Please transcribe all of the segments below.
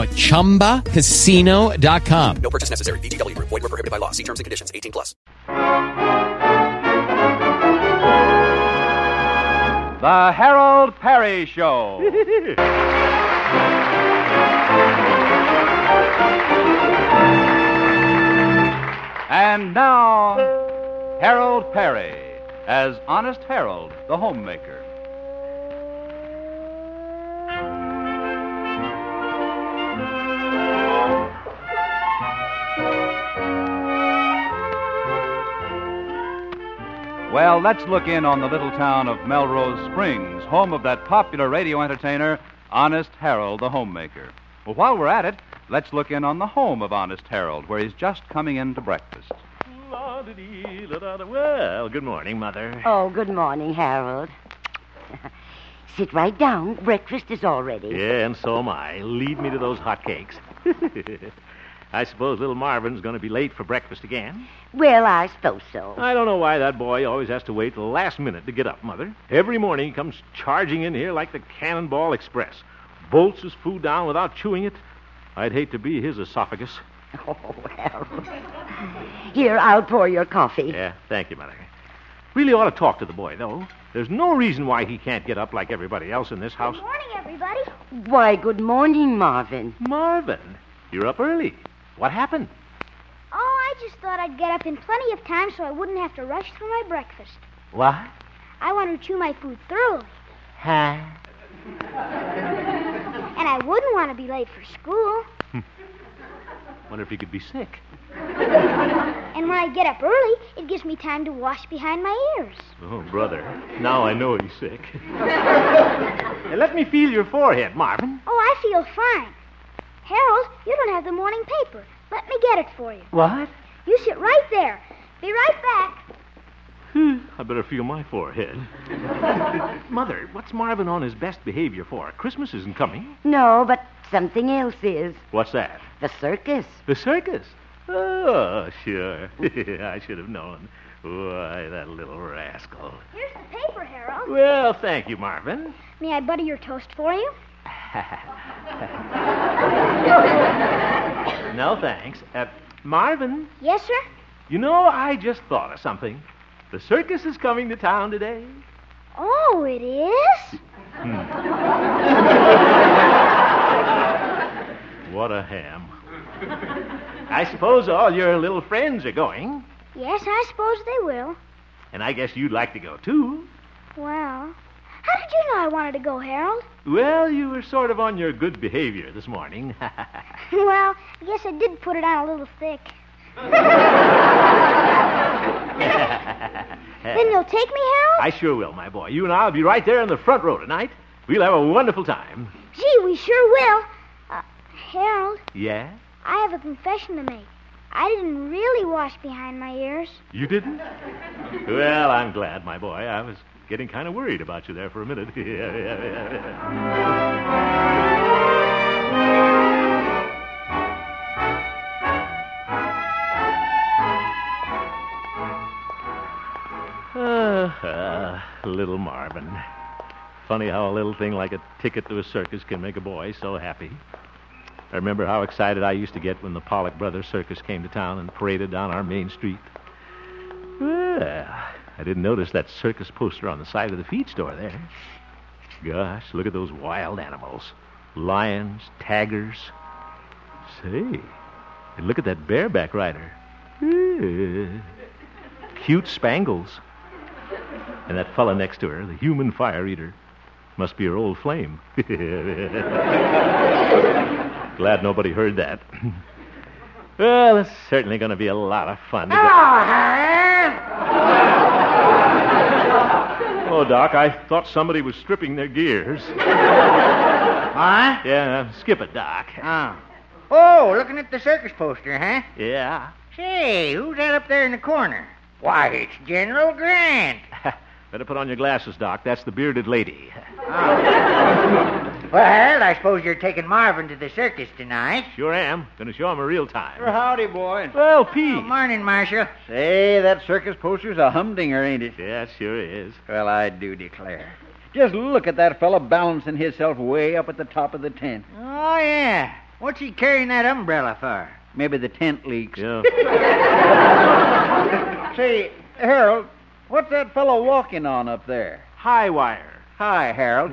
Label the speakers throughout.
Speaker 1: at ChumbaCasino.com.
Speaker 2: No purchase necessary. BGW. Void were prohibited by law. See terms and conditions. 18 plus.
Speaker 3: The Harold Perry Show. and now, Harold Perry as Honest Harold, the homemaker. Well, let's look in on the little town of Melrose Springs, home of that popular radio entertainer, Honest Harold the Homemaker. Well, while we're at it, let's look in on the home of Honest Harold, where he's just coming in to breakfast.
Speaker 4: Well, good morning, Mother.
Speaker 5: Oh, good morning, Harold. Sit right down. Breakfast is all ready.
Speaker 4: Yeah, and so am I. Lead me to those hot cakes. I suppose little Marvin's going to be late for breakfast again.
Speaker 5: Well, I suppose so.
Speaker 4: I don't know why that boy always has to wait till the last minute to get up, Mother. Every morning he comes charging in here like the Cannonball Express, bolts his food down without chewing it. I'd hate to be his esophagus.
Speaker 5: Oh, Harold. Here, I'll pour your coffee.
Speaker 4: Yeah, thank you, Mother. Really ought to talk to the boy, though. There's no reason why he can't get up like everybody else in this house.
Speaker 6: Morning, everybody.
Speaker 5: Why, good morning, Marvin.
Speaker 4: Marvin, you're up early. What happened?
Speaker 6: Oh, I just thought I'd get up in plenty of time so I wouldn't have to rush through my breakfast.
Speaker 4: What?
Speaker 6: I wanted to chew my food thoroughly,
Speaker 5: Huh?
Speaker 6: and I wouldn't want to be late for school.
Speaker 4: Wonder if he could be sick.
Speaker 6: And when I get up early, it gives me time to wash behind my ears.
Speaker 4: Oh, brother. Now I know he's sick. Now, let me feel your forehead, Marvin.
Speaker 6: Oh, I feel fine. Harold, you don't have the morning paper. Let me get it for you.
Speaker 4: What?
Speaker 6: You sit right there. Be right back.
Speaker 4: I better feel my forehead. Mother, what's Marvin on his best behavior for? Christmas isn't coming.
Speaker 5: No, but something else is.
Speaker 4: What's that?
Speaker 5: The circus.
Speaker 4: The circus. Oh, sure. I should have known. Why, that little rascal.
Speaker 6: Here's the paper, Harold.
Speaker 4: Well, thank you, Marvin.
Speaker 6: May I butter your toast for you?
Speaker 4: No, thanks. Uh, Marvin,
Speaker 6: Yes, sir.
Speaker 4: you know, I just thought of something. The circus is coming to town today.
Speaker 6: Oh, it is?
Speaker 4: What a ham. I suppose all your little friends are going,
Speaker 6: Yes, I suppose they will.
Speaker 4: and I guess you'd like to go too.
Speaker 6: Well, how did you know I wanted to go, Harold?
Speaker 4: Well, you were sort of on your good behavior this morning.
Speaker 6: Well, I guess I did put it on a little thick. then you'll take me, Harold?
Speaker 4: I sure will, my boy. You and I'll be right there in the front row tonight. We'll have a wonderful time.
Speaker 6: Gee, we sure will. Uh, Harold,
Speaker 4: Yeah?
Speaker 6: I have a confession to make. I didn't really wash behind my ears.
Speaker 4: You didn't? Well, I'm glad, my boy. I was getting kind of worried about you there for a minute. Yeah, yeah, yeah, yeah. Ah, little Marvin. Funny how a little thing like a ticket to a circus can make a boy so happy. I remember how excited I used to get when the Pollock Brothers Circus came to town and paraded down our main street. Well, I didn't notice that circus poster on the side of the feed store there. Gosh, look at those wild animals lions, tigers. Say, and look at that bareback rider. Whee! Eh, Cute spangles. And that fella next to her, the human fire eater, must be her old flame. Glad nobody heard that. well, it's certainly going to be a lot of fun. to go-
Speaker 7: Ah,
Speaker 4: Oh, Doc, I thought somebody was stripping their gears.
Speaker 7: Huh?
Speaker 4: Yeah, skip it, Doc.
Speaker 7: Oh.
Speaker 4: Ah.
Speaker 7: Oh, looking at the circus poster, huh?
Speaker 4: Yeah.
Speaker 7: Say, who's that up there in the corner? Why, it's General Grant.
Speaker 4: Better put on your glasses, Doc. That's the bearded lady.
Speaker 7: Well, I suppose you're taking Marvin to the circus tonight.
Speaker 4: Sure am. Gonna show him a real time.
Speaker 7: Howdy, boy.
Speaker 4: Well, Pete.
Speaker 7: Morning, Marshal.
Speaker 8: Say, that circus poster's a humdinger, ain't it?
Speaker 4: Yeah, sure is.
Speaker 8: Well, I do declare. Just look at that fellow balancing himself way up at the top of the tent.
Speaker 7: Oh, yeah. What's he carrying that umbrella for?
Speaker 8: Maybe the tent leaks.
Speaker 4: Yeah.
Speaker 8: Say, Harold, what's that fellow walking on up there?
Speaker 4: High wire.
Speaker 8: Hi, Harold.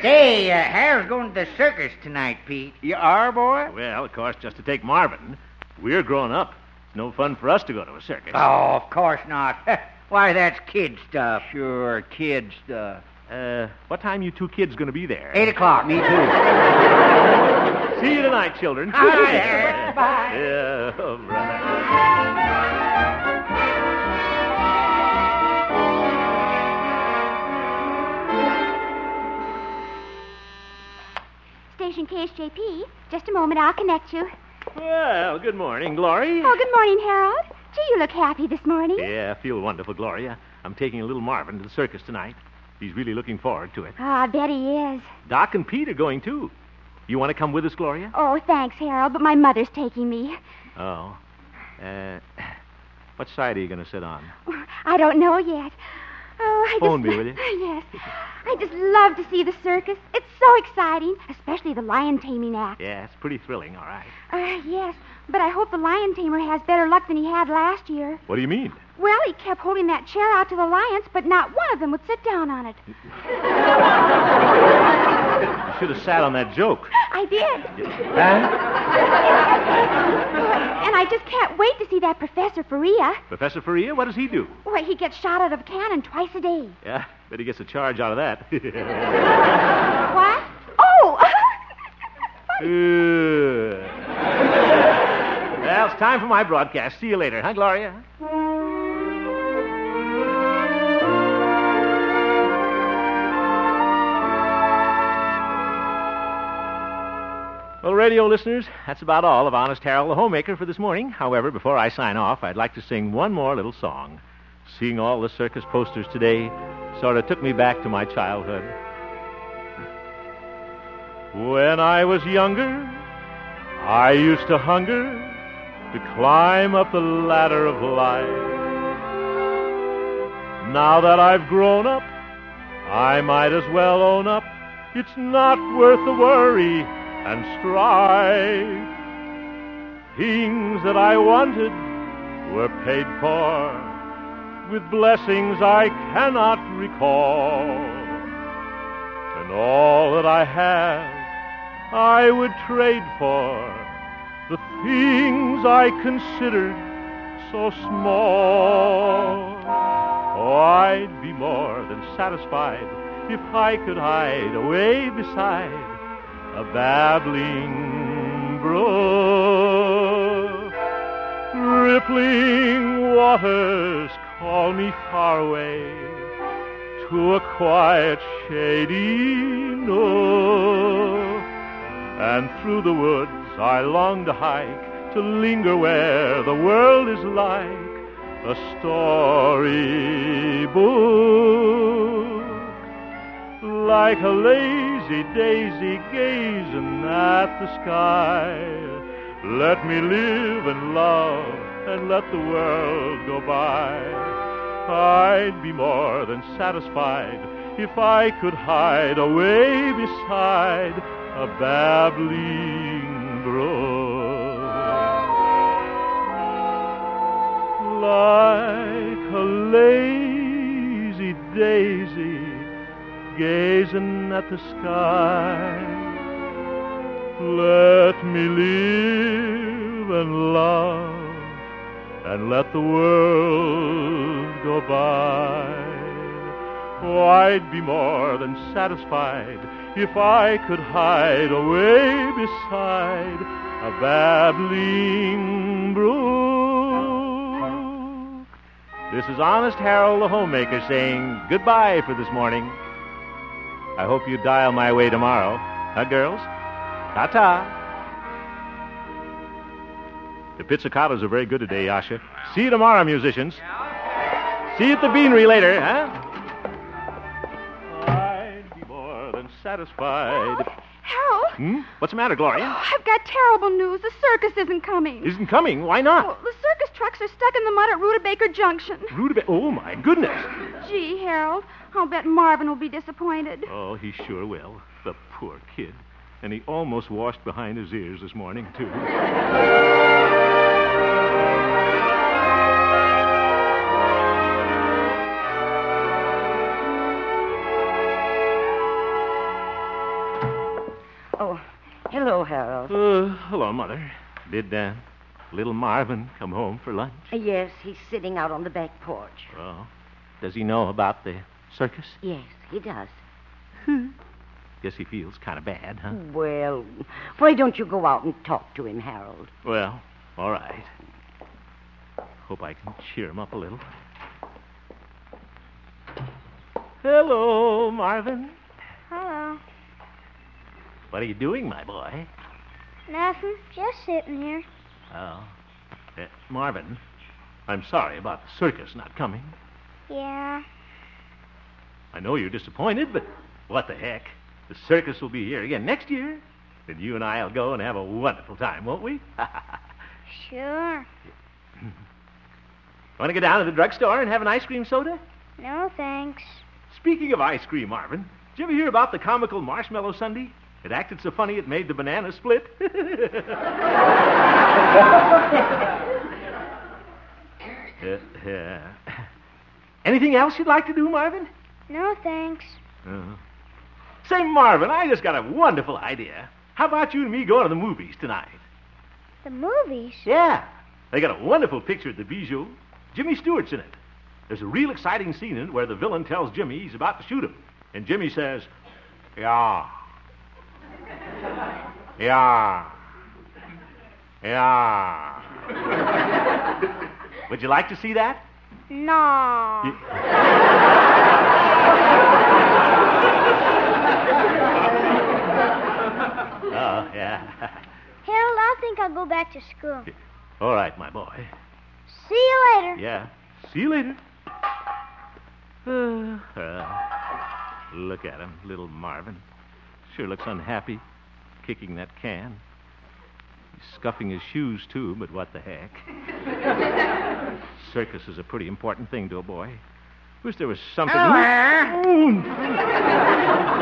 Speaker 7: Say, uh, Harold's going to the circus tonight, Pete.
Speaker 8: you are, boy?
Speaker 4: Well, of course, just to take Marvin. We're grown up. It's no fun for us to go to a circus.
Speaker 7: Oh, of course not. Why, that's kid stuff.
Speaker 8: Sure, kid stuff.
Speaker 4: Uh, what time you two kids gonna be there?
Speaker 7: Eight o'clock.
Speaker 8: Me too.
Speaker 4: See you tonight, children.
Speaker 7: All right, Harold. Bye.
Speaker 4: Yeah, all right.
Speaker 9: Station KSJP. Just a moment, I'll connect you.
Speaker 4: Well, good morning, Glory.
Speaker 9: Oh, good morning, Harold. Gee, you look happy this morning.
Speaker 4: Yeah, I feel wonderful, Gloria. I'm taking a little Marvin to the circus tonight. He's really looking forward to it.
Speaker 9: Oh, I bet he is.
Speaker 4: Doc and Pete are going too. You want to come with us, Gloria?
Speaker 9: Oh, thanks, Harold, but my mother's taking me.
Speaker 4: Oh. Uh, what side are you going to sit on?
Speaker 9: I don't know yet. Oh, I
Speaker 4: Phone
Speaker 9: just,
Speaker 4: me, will you?
Speaker 9: Yes. I just love to see the circus. It's so exciting, especially the lion taming act.
Speaker 4: Yeah, it's pretty thrilling, all right.
Speaker 9: Uh, yes, but I hope the lion tamer has better luck than he had last year.
Speaker 4: What do you mean?
Speaker 9: Well, he kept holding that chair out to the lions, but not one of them would sit down on it.
Speaker 4: You should have sat on that joke.
Speaker 9: I did. And I just can't wait to see that Professor Faria.
Speaker 4: Professor Faria, what does he do?
Speaker 9: Why, he gets shot out of a cannon twice a day.
Speaker 4: Yeah, bet he gets a charge out of that.
Speaker 9: What? Oh!
Speaker 4: well, it's time for my broadcast. See you later, huh, Gloria? Well, radio listeners, that's about all of Honest Harold the Homemaker for this morning. However, before I sign off, I'd like to sing one more little song. Seeing all the circus posters today sort of took me back to my childhood. When I was younger, I used to hunger to climb up the ladder of life. Now that I've grown up, I might as well own up it's not worth the worry and strife. Things that I wanted were paid for with blessings I cannot recall and all that I have I would trade for the things I considered so small. Oh, I'd be more than satisfied if I could hide away beside a babbling brook. Rippling waters call me far away to a quiet, shady nook. And through the woods I long to hike, to linger where the world is like a storybook. Like a lazy daisy gazing at the sky. Let me live and love and let the world go by. I'd be more than satisfied if I could hide away beside a babbling brook. Like a lazy daisy gazing at the sky. Let me live and love and let the world go by. Oh, I'd be more than satisfied if I could hide away beside a babbling brook. This is Honest Harold the Homemaker saying goodbye for this morning. I hope you dial my way tomorrow. Huh, girls? Ta ta. The pizzicatos are very good today, Yasha. See you tomorrow, musicians. See you at the beanery later, huh? I'd be more than satisfied.
Speaker 9: Harold?
Speaker 4: Hmm? What's the matter, Gloria?
Speaker 9: Oh, I've got terrible news. The circus isn't coming.
Speaker 4: Isn't coming. Why not?
Speaker 9: Oh, the circus trucks are stuck in the mud at Rutabaker Junction.
Speaker 4: Rutabaga. Oh, my goodness.
Speaker 9: Gee, Harold, I'll bet Marvin will be disappointed.
Speaker 4: Oh, he sure will. The poor kid. And he almost washed behind his ears this morning, too.
Speaker 5: Oh, hello, Harold.
Speaker 4: Uh, hello, Mother. Did uh, little Marvin come home for lunch?
Speaker 5: Uh, Yes, he's sitting out on the back porch.
Speaker 4: Oh. Does he know about the circus?
Speaker 5: Yes, he does.
Speaker 4: Guess he feels kind of bad, huh?
Speaker 7: Hmm.
Speaker 5: Well, why don't you go out and talk to him, Harold?
Speaker 4: Well, all right. Hope I can cheer him up a little. Hello, Marvin.
Speaker 9: Hello.
Speaker 4: What are you doing, my boy?
Speaker 9: Nothing. Just sitting here.
Speaker 4: Oh. Uh, Marvin, I'm sorry about the circus not coming.
Speaker 9: Yeah.
Speaker 4: I know you're disappointed, but what the heck? The circus will be here again next year, and you and I'll go and have a wonderful time, won't we?
Speaker 9: Sure.
Speaker 4: Want to go down to the drugstore and have an ice cream soda?
Speaker 9: No thanks.
Speaker 4: Speaking of ice cream, Marvin, did you ever hear about the comical marshmallow sundae? It acted so funny it made the banana split. Uh, yeah. Anything else you'd like to do, Marvin?
Speaker 9: No thanks.
Speaker 4: Uh-huh. Say, Marvin, I just got a wonderful idea. How about you and me going to the movies tonight?
Speaker 9: The movies?
Speaker 4: Yeah. They got a wonderful picture at the Bijou. Jimmy Stewart's in it. There's a real exciting scene in it where the villain tells Jimmy he's about to shoot him. And Jimmy says, Yeah. Yeah. Yeah. Would you like to see that?
Speaker 9: No.
Speaker 4: Oh, yeah.
Speaker 9: Harold, I think I'll go back to school.
Speaker 4: All right, my boy.
Speaker 9: See you later.
Speaker 4: Yeah. See you later. Uh, uh, look at him, little Marvin. Sure looks unhappy, kicking that can. He's scuffing his shoes, too, but what the heck? Circus is a pretty important thing to a boy. Wish there was something.
Speaker 7: Hello there.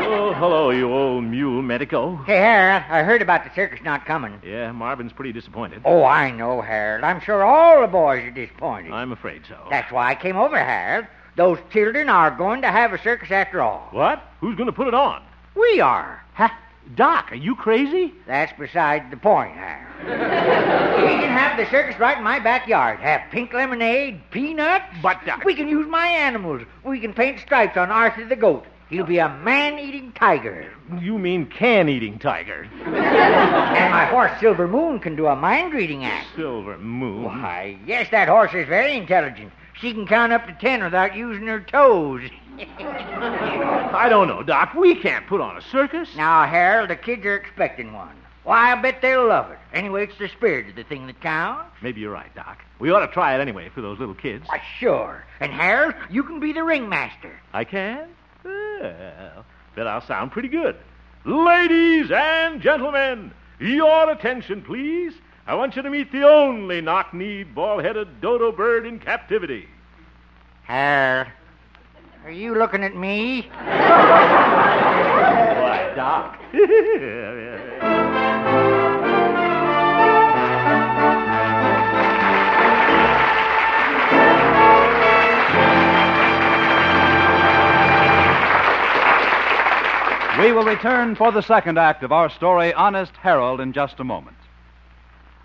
Speaker 4: Oh, hello, you old mule medico.
Speaker 7: Hey, Harold, I heard about the circus not coming.
Speaker 4: Yeah, Marvin's pretty disappointed.
Speaker 7: Oh, I know, Harold. I'm sure all the boys are disappointed.
Speaker 4: I'm afraid so.
Speaker 7: That's why I came over, Harold. Those children are going to have a circus after all.
Speaker 4: What? Who's going to put it on?
Speaker 7: We are.
Speaker 4: Ha! Doc, are you crazy?
Speaker 7: That's beside the point, Harold. we can have the circus right in my backyard. Have pink lemonade, peanuts.
Speaker 4: But, Doc-
Speaker 7: We can use my animals. We can paint stripes on Arthur the goat. He'll be a man-eating tiger.
Speaker 4: You mean can eating tiger.
Speaker 7: And my horse, Silver Moon, can do a mind-reading act.
Speaker 4: Silver Moon.
Speaker 7: Why, yes, that horse is very intelligent. She can count up to ten without using her toes.
Speaker 4: I don't know, Doc. We can't put on a circus.
Speaker 7: Now, Harold, the kids are expecting one. Why, I bet they'll love it. Anyway, it's the spirit of the thing that counts.
Speaker 4: Maybe you're right, Doc. We ought to try it anyway for those little kids.
Speaker 7: Why, sure. And, Harold, you can be the ringmaster.
Speaker 4: I can? Well, bet I'll sound pretty good. Ladies and gentlemen, your attention, please. I want you to meet the only knock-kneed, bald-headed dodo bird in captivity.
Speaker 7: Harold, are you looking at me?
Speaker 4: Why, Doc.
Speaker 3: We will return for the second act of our story, Honest Harold, in just a moment.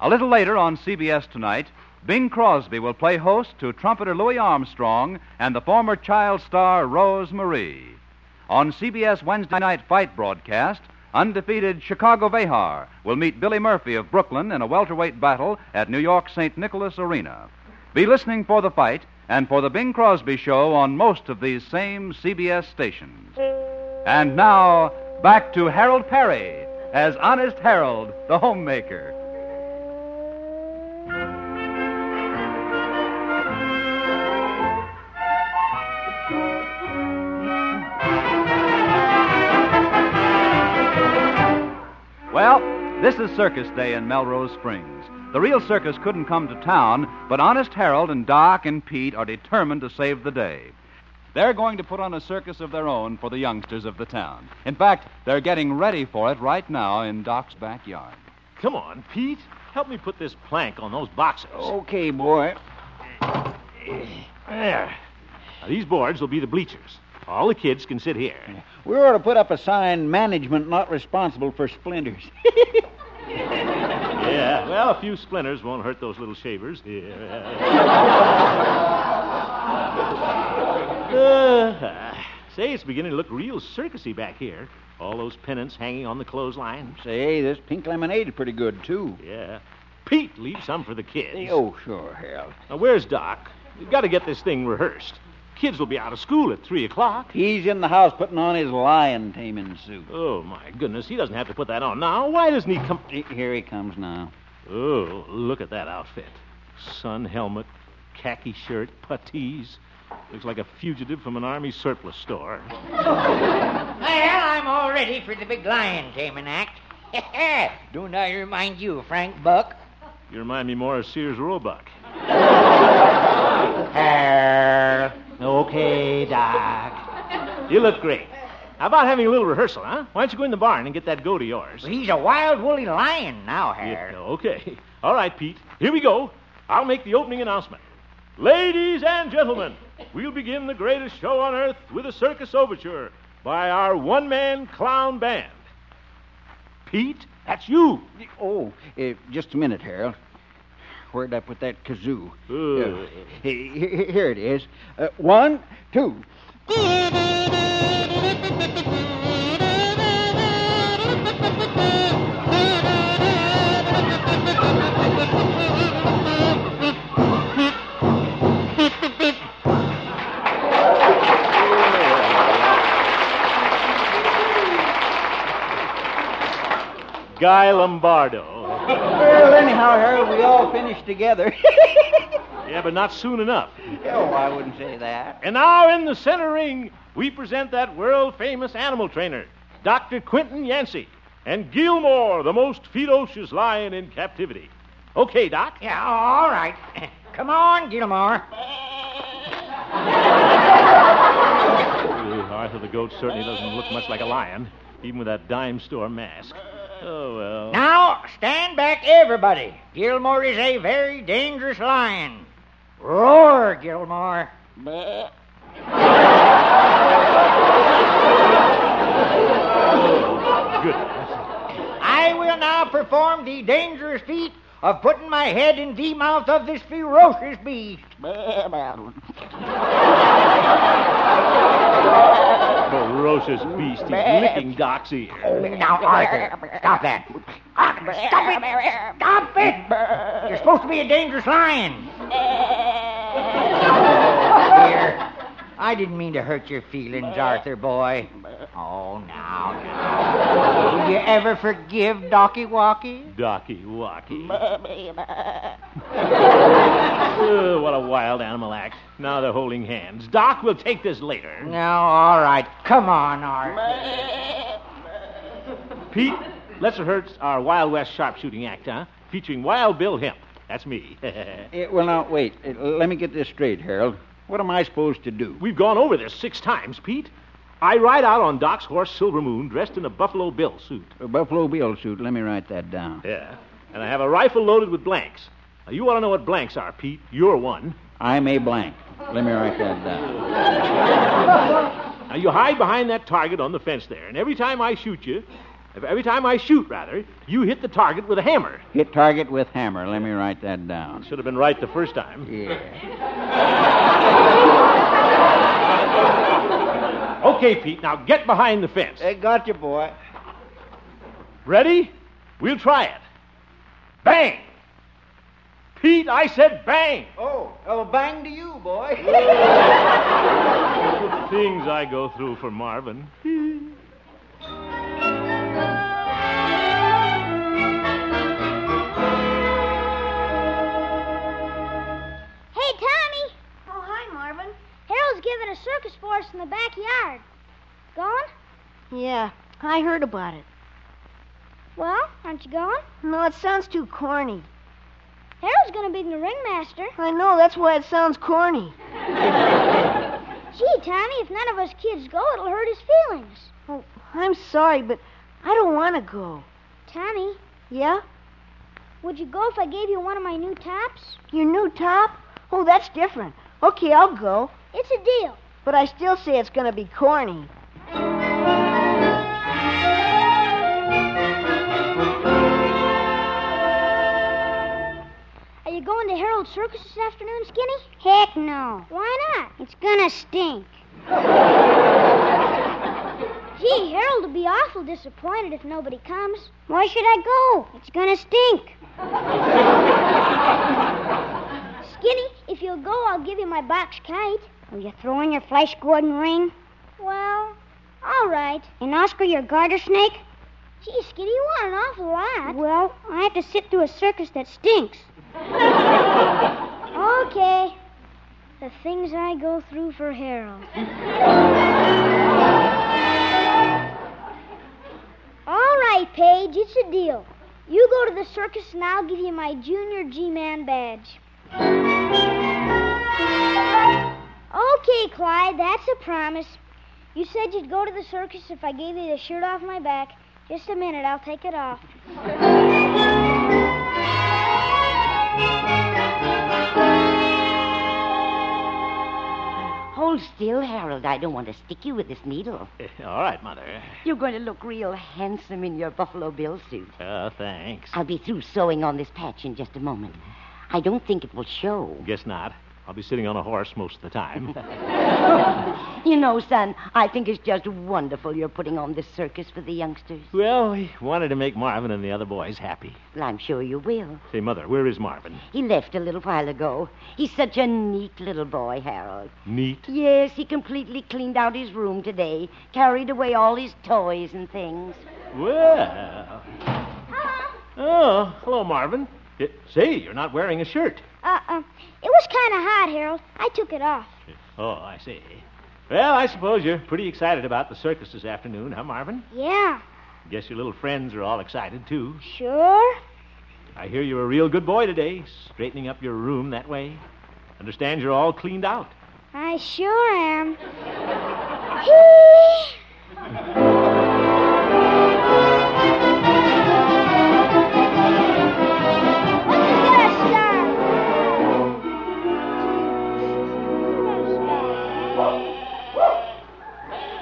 Speaker 3: A little later on CBS Tonight, Bing Crosby will play host to trumpeter Louis Armstrong and the former child star Rose Marie. On CBS Wednesday Night Fight broadcast, undefeated Chicago Vehar will meet Billy Murphy of Brooklyn in a welterweight battle at New York St. Nicholas Arena. Be listening for the fight and for the Bing Crosby show on most of these same CBS stations. And now, back to Harold Perry as Honest Harold, the homemaker. Well, this is Circus Day in Melrose Springs. The real circus couldn't come to town, but Honest Harold and Doc and Pete are determined to save the day. They're going to put on a circus of their own for the youngsters of the town. In fact, they're getting ready for it right now in Doc's backyard.
Speaker 4: Come on, Pete. Help me put this plank on those boxes.
Speaker 8: Okay, boy.
Speaker 4: There. Now, these boards will be the bleachers. All the kids can sit here.
Speaker 8: We ought to put up a sign management not responsible for splinters.
Speaker 4: Yeah. Well, a few splinters won't hurt those little shavers. Yeah. Uh, say, it's beginning to look real circusy back here. All those pennants hanging on the clotheslines.
Speaker 8: Say, this pink lemonade's pretty good, too.
Speaker 4: Yeah. Pete, leave some for the kids.
Speaker 8: Oh, sure, Harold.
Speaker 4: Now, where's Doc? We've got to get this thing rehearsed. Kids will be out of school at 3 o'clock.
Speaker 8: He's in the house putting on his lion taming suit.
Speaker 4: Oh, my goodness. He doesn't have to put that on now. Why doesn't he come.
Speaker 8: He- Here he comes now.
Speaker 4: Oh, look at that outfit. Sun helmet, khaki shirt, puttees. Looks like a fugitive from an army surplus store.
Speaker 7: Well, I'm all ready for the big lion taming act. Don't I remind you, Frank Buck?
Speaker 4: You remind me more of Sears Roebuck.
Speaker 7: Harold. Okay, Doc.
Speaker 4: You look great. How about having a little rehearsal, huh? Why don't you go in the barn and get that goat of yours?
Speaker 7: He's a wild, woolly lion now,
Speaker 4: Yeah,
Speaker 7: Harold.
Speaker 4: okay. All right, Pete. Here we go. I'll make the opening announcement. Ladies and gentlemen, we'll begin the greatest show on earth with a circus overture by our one man clown band. Pete, that's you.
Speaker 8: Oh, eh, just a minute, Harold. Where'd I put that kazoo?
Speaker 4: Ugh.
Speaker 8: Eh, he- he- here it is. Uh, one, two.
Speaker 4: Guy Lombardo.
Speaker 8: Well, anyhow, Harold, we all finished together.
Speaker 4: Yeah, but not soon enough.
Speaker 8: oh, I wouldn't say that.
Speaker 4: And now in the center ring, we present that world famous animal trainer, Dr. Quentin Yancey, and Gilmore, the most ferocious lion in captivity. Okay, Doc.
Speaker 7: Yeah, all right. Come on, Gilmore.
Speaker 4: Ooh, Arthur the goat certainly doesn't look much like a lion, even with that dime store mask. Oh, well.
Speaker 7: Now, stand back, everybody. Gilmore is a very dangerous lion. Roar, Gilmore.
Speaker 4: Good.
Speaker 7: I will now perform the dangerous feat of putting my head in the mouth of this ferocious beast.
Speaker 4: Ferocious beast. He's licking Doc's ear.
Speaker 7: Now, Arthur, stop that. Arthur, stop it! Stop it! You're supposed to be a dangerous lion. Here. I didn't mean to hurt your feelings, Arthur boy. Oh, now, now. Will you ever forgive Docky Walkie?
Speaker 4: Docky Wacky. Oh, what a wild animal act. Now they're holding hands. Doc will take this later.
Speaker 7: No, all right. Come on, Arthur.
Speaker 4: Pete, let's rehearse our Wild West sharpshooting act, huh? Featuring Wild Bill Hemp. That's me.
Speaker 8: Eh, well, now, wait. Eh, let me get this straight, Harold. What am I supposed to do?
Speaker 4: We've gone over this six times, Pete. I ride out on Doc's horse, Silver Moon, dressed in a Buffalo Bill suit.
Speaker 8: A Buffalo Bill suit. Let me write that down.
Speaker 4: Yeah. And I have a rifle loaded with blanks. Now, you ought to know what blanks are, Pete. You're one.
Speaker 8: I'm a blank. Let me write that down.
Speaker 4: Now, Now, you hide behind that target on the fence there, and every time I shoot you, every time I shoot, rather, you hit the target with a hammer.
Speaker 8: Hit target with hammer. Let me write that down.
Speaker 4: Should have been right the first time.
Speaker 8: Yeah.
Speaker 4: Okay, Pete, now get behind the fence.
Speaker 7: I got you, Eh, boy.
Speaker 4: Ready? We'll try it. Bang! Pete, I said bang!
Speaker 7: Oh, oh, bang to you, boy.
Speaker 4: Things I go through for Marvin.
Speaker 6: Hey, Tommy. Oh, hi, Marvin. Harold's giving a circus for us in the backyard. Going?
Speaker 10: Yeah, I heard about it.
Speaker 6: Well, aren't you going?
Speaker 10: No, it sounds too corny.
Speaker 6: Harold's going to be the ringmaster.
Speaker 10: I know, that's why it sounds corny.
Speaker 6: Gee, Tommy, if none of us kids go, it'll hurt his feelings.
Speaker 10: Oh, I'm sorry, but I don't want to go.
Speaker 6: Tommy,
Speaker 10: Yeah?
Speaker 6: would you go if I gave you one of my new tops?
Speaker 10: Your new top? Oh, that's different. Okay, I'll go,
Speaker 6: It's a deal.
Speaker 10: but I still say it's going to be corny.
Speaker 6: Are you going to Harold's circus this afternoon, Skinny? Heck no. Why not? It's gonna stink. Gee, Harold will be awful disappointed if nobody comes. Why should I go? It's gonna stink. Skinny, if you'll go, I'll give you my box kite. Will you throw in your Flash Gordon ring? Well, all right. And Oscar, your garter snake? Gee, Skinny, you want an awful lot. Well, I have to sit through a circus that stinks. Okay. The things I go through for Harold. All right, Paige, it's a deal. You go to the circus and I'll give you my junior G Man badge. Okay, Clyde, that's a promise. You said you'd go to the circus if I gave you the shirt off my back. Just a minute, I'll take it off.
Speaker 5: Hold still, Harold. I don't want to stick you with this needle.
Speaker 4: All right, Mother.
Speaker 5: You're going to look real handsome in your Buffalo Bill suit.
Speaker 4: Uh, thanks.
Speaker 5: I'll be through sewing on this patch in just a moment. I don't think it will show.
Speaker 4: Guess not. I'll be sitting on a horse most of the time.
Speaker 5: You know, son, I think it's just wonderful you're putting on this circus for the youngsters.
Speaker 4: well, we wanted to make Marvin and the other boys happy.
Speaker 5: Well, I'm sure you will.
Speaker 4: Say, Mother, where is Marvin?
Speaker 5: He left a little while ago. He's such a neat little boy, Harold.
Speaker 4: Neat.
Speaker 5: Yes, he completely cleaned out his room today, carried away all his toys and things.
Speaker 4: Well. Oh, hello, Marvin. Y- say, you're not wearing a shirt.
Speaker 6: Uh uh It was kind of hot, Harold. I took it off.
Speaker 4: Oh, I see. Well, I suppose you're pretty excited about the circus this afternoon, huh, Marvin?
Speaker 6: Yeah,
Speaker 4: Guess your little friends are all excited, too.
Speaker 6: sure.
Speaker 4: I hear you're a real good boy today, straightening up your room that way. Understand you're all cleaned out.
Speaker 6: I sure am. Hee! What's a good start?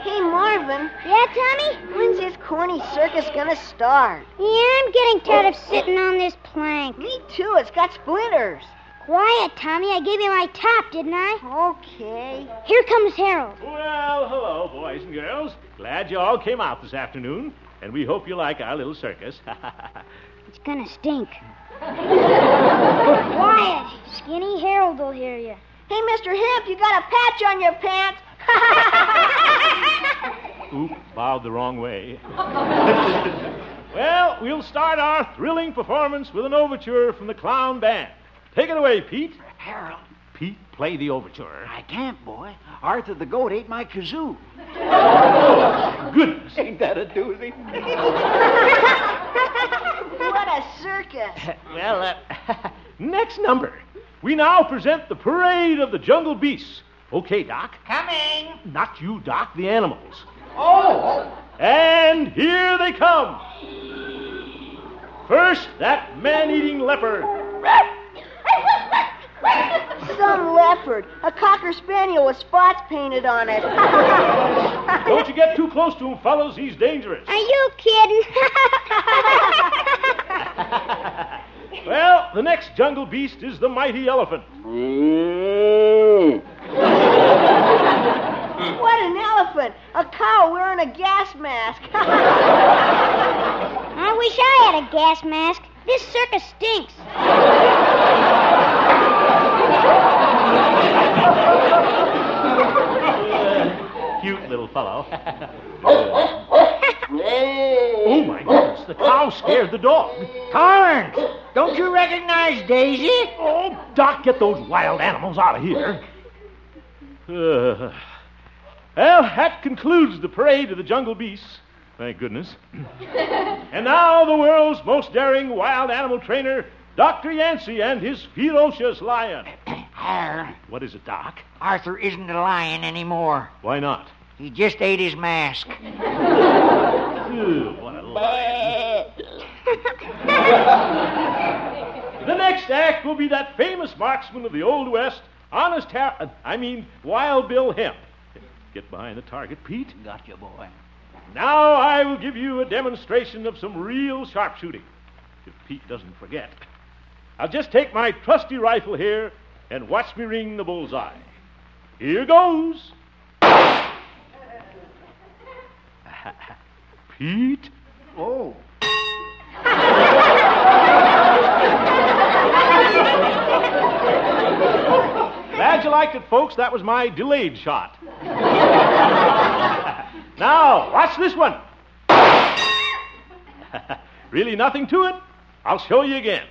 Speaker 10: Hey, Marvin,
Speaker 6: Yeah, Tommy?
Speaker 10: when's this corny circus going to start?
Speaker 6: Yeah, I'm getting tired of sitting on this plank.
Speaker 10: Me too, it's got splinters.
Speaker 6: Quiet, Tommy. I gave you my top, didn't I?
Speaker 10: Okay.
Speaker 6: Here comes Harold.
Speaker 4: Well, hello, boys and girls. Glad you all came out this afternoon, and we hope you like our little circus.
Speaker 6: It's gonna stink. Quiet, Skinny. Harold will hear you.
Speaker 10: Hey, Mr. Hemp, you got a patch on your pants.
Speaker 4: Oop, bowed the wrong way. well, we'll start our thrilling performance with an overture from the clown band. Take it away, Pete.
Speaker 7: Harold,
Speaker 4: Pete, play the overture.
Speaker 7: I can't, boy. Arthur the goat ate my kazoo.
Speaker 4: Goodness.
Speaker 7: Ain't that a doozy?
Speaker 10: what a circus.
Speaker 4: Well, uh, next number. We now present the Parade of the Jungle Beasts. Okay, Doc.
Speaker 7: Coming.
Speaker 4: Not you, Doc, the animals.
Speaker 7: Oh,
Speaker 4: And here they come. First, that man eating leopard.
Speaker 10: Some leopard. A cocker spaniel with spots painted on it.
Speaker 4: Don't you get too close to him, fellas. He's dangerous.
Speaker 6: Are you kidding?
Speaker 4: Well, the next jungle beast is the mighty elephant.
Speaker 10: What an elephant! A cow wearing a gas mask.
Speaker 6: I wish I had a gas mask. This circus stinks.
Speaker 11: Cute little fellow.
Speaker 4: Oh, my goodness. The cow scared the dog.
Speaker 7: Torrance! Don't you recognize Daisy?
Speaker 4: Oh, Doc, get those wild animals out of here. Uh, well, that concludes the parade of the jungle beasts. Thank goodness. and now the world's most daring wild animal trainer, Dr. Yancey and his ferocious lion.
Speaker 7: Arr,
Speaker 4: What is it, Doc?
Speaker 7: Arthur isn't a lion anymore.
Speaker 4: Why not?
Speaker 7: He just ate his mask.
Speaker 4: Ew, what a lion. the next act will be that famous marksman of the Old West, Honest Har- uh, I mean, Wild Bill Hemp. Get behind the target, Pete.
Speaker 12: Gotcha, boy.
Speaker 4: Now I will give you a demonstration of some real sharpshooting. If Pete doesn't forget, I'll just take my trusty rifle here and watch me ring the bullseye. Here goes. Pete?
Speaker 7: Oh.
Speaker 4: Glad you liked it, folks. That was my delayed shot. now, watch this one. really nothing to it? I'll show you again.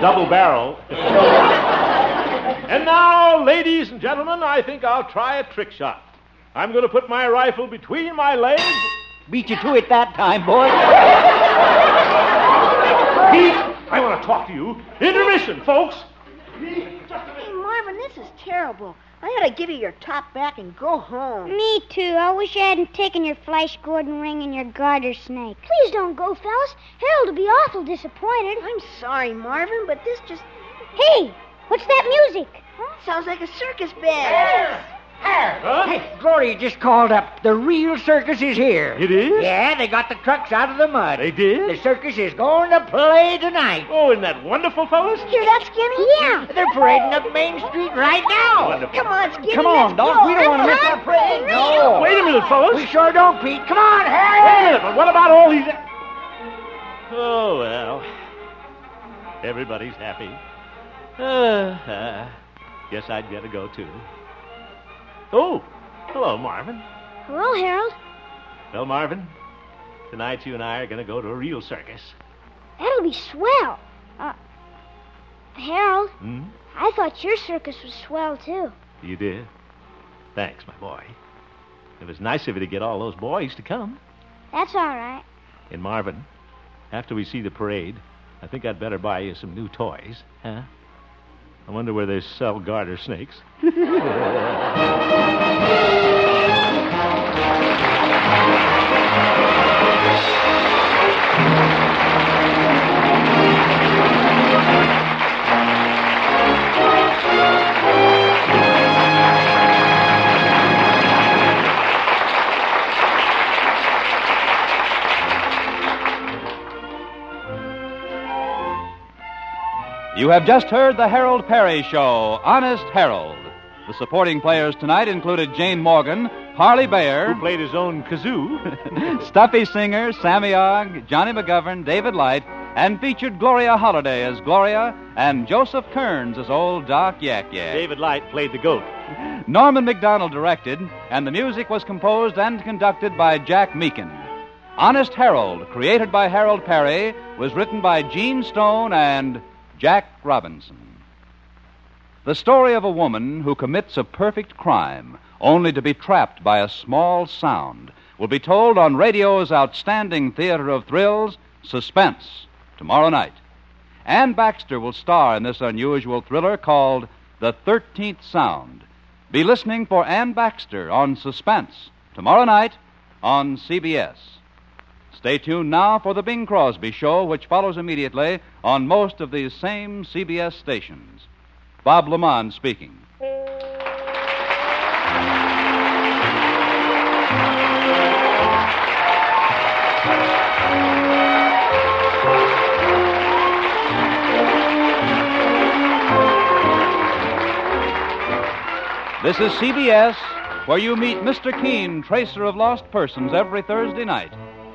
Speaker 4: Double barrel. and now, ladies and gentlemen, I think I'll try a trick shot. I'm going to put my rifle between my legs.
Speaker 7: Beat you to it that time, boy.
Speaker 4: Pete, I want to talk to you. Intermission, folks.
Speaker 10: hey, Marvin, this is terrible. I ought to give you your top back and go home.
Speaker 6: Me too. I wish I hadn't taken your Flash Gordon ring and your garter snake. Please don't go, fellas. Harold will be awful disappointed.
Speaker 10: I'm sorry, Marvin, but this just
Speaker 6: Hey, what's that music?
Speaker 10: sounds like a circus band.
Speaker 4: Huh?
Speaker 7: Hey, Gloria just called up. The real circus is here.
Speaker 4: It is?
Speaker 7: Yeah, they got the trucks out of the mud.
Speaker 4: They did?
Speaker 7: The circus is going to play tonight.
Speaker 4: Oh, isn't that wonderful, fellas?
Speaker 10: Hear that, Skinny? Yeah.
Speaker 7: They're parading up Main Street right now.
Speaker 4: Wonderful.
Speaker 10: Come on, Skinny.
Speaker 7: Come on,
Speaker 10: let's
Speaker 7: Doc.
Speaker 10: go.
Speaker 7: We don't want to miss that
Speaker 10: Let's
Speaker 7: parade.
Speaker 10: go.
Speaker 7: No.
Speaker 4: Wait a minute, fellas.
Speaker 7: We sure don't, Pete. Come on,
Speaker 4: Wait a
Speaker 7: Harry.
Speaker 4: minute, but what about all these. Oh, well. Everybody's happy. Uh, uh, guess I'd better go, too. Oh, hello, Marvin.
Speaker 6: Hello, Harold.
Speaker 11: Well, Marvin, tonight you and I are going to go to a real circus.
Speaker 6: That'll be swell. Uh, Harold,
Speaker 11: Hmm?
Speaker 6: I thought your circus was swell, too.
Speaker 11: You did? Thanks, my boy. It was nice of you to get all those boys to come.
Speaker 6: That's all right.
Speaker 11: And, Marvin, after we see the parade, I think I'd better buy you some new toys, huh? I wonder where they sell garter snakes.
Speaker 3: You have just heard the Harold Perry Show, Honest Harold. The supporting players tonight included Jane Morgan, Harley Bayer,
Speaker 11: Who played his own kazoo?
Speaker 3: Stuffy Singer, Sammy Ogg, Johnny McGovern, David Light, and featured Gloria Holliday as Gloria and Joseph Kearns as old Doc Yak Yak.
Speaker 11: David Light played the goat.
Speaker 3: Norman McDonald directed, and the music was composed and conducted by Jack Meakin. Honest Harold, created by Harold Perry, was written by Gene Stone and Jack Robinson. The story of a woman who commits a perfect crime only to be trapped by a small sound will be told on radio's outstanding theater of thrills, Suspense, tomorrow night. Ann Baxter will star in this unusual thriller called The Thirteenth Sound. Be listening for Ann Baxter on Suspense tomorrow night on CBS. Stay tuned now for The Bing Crosby Show, which follows immediately on most of these same CBS stations. Bob Lamont speaking. This is CBS, where you meet Mr. Keene, tracer of lost persons, every Thursday night.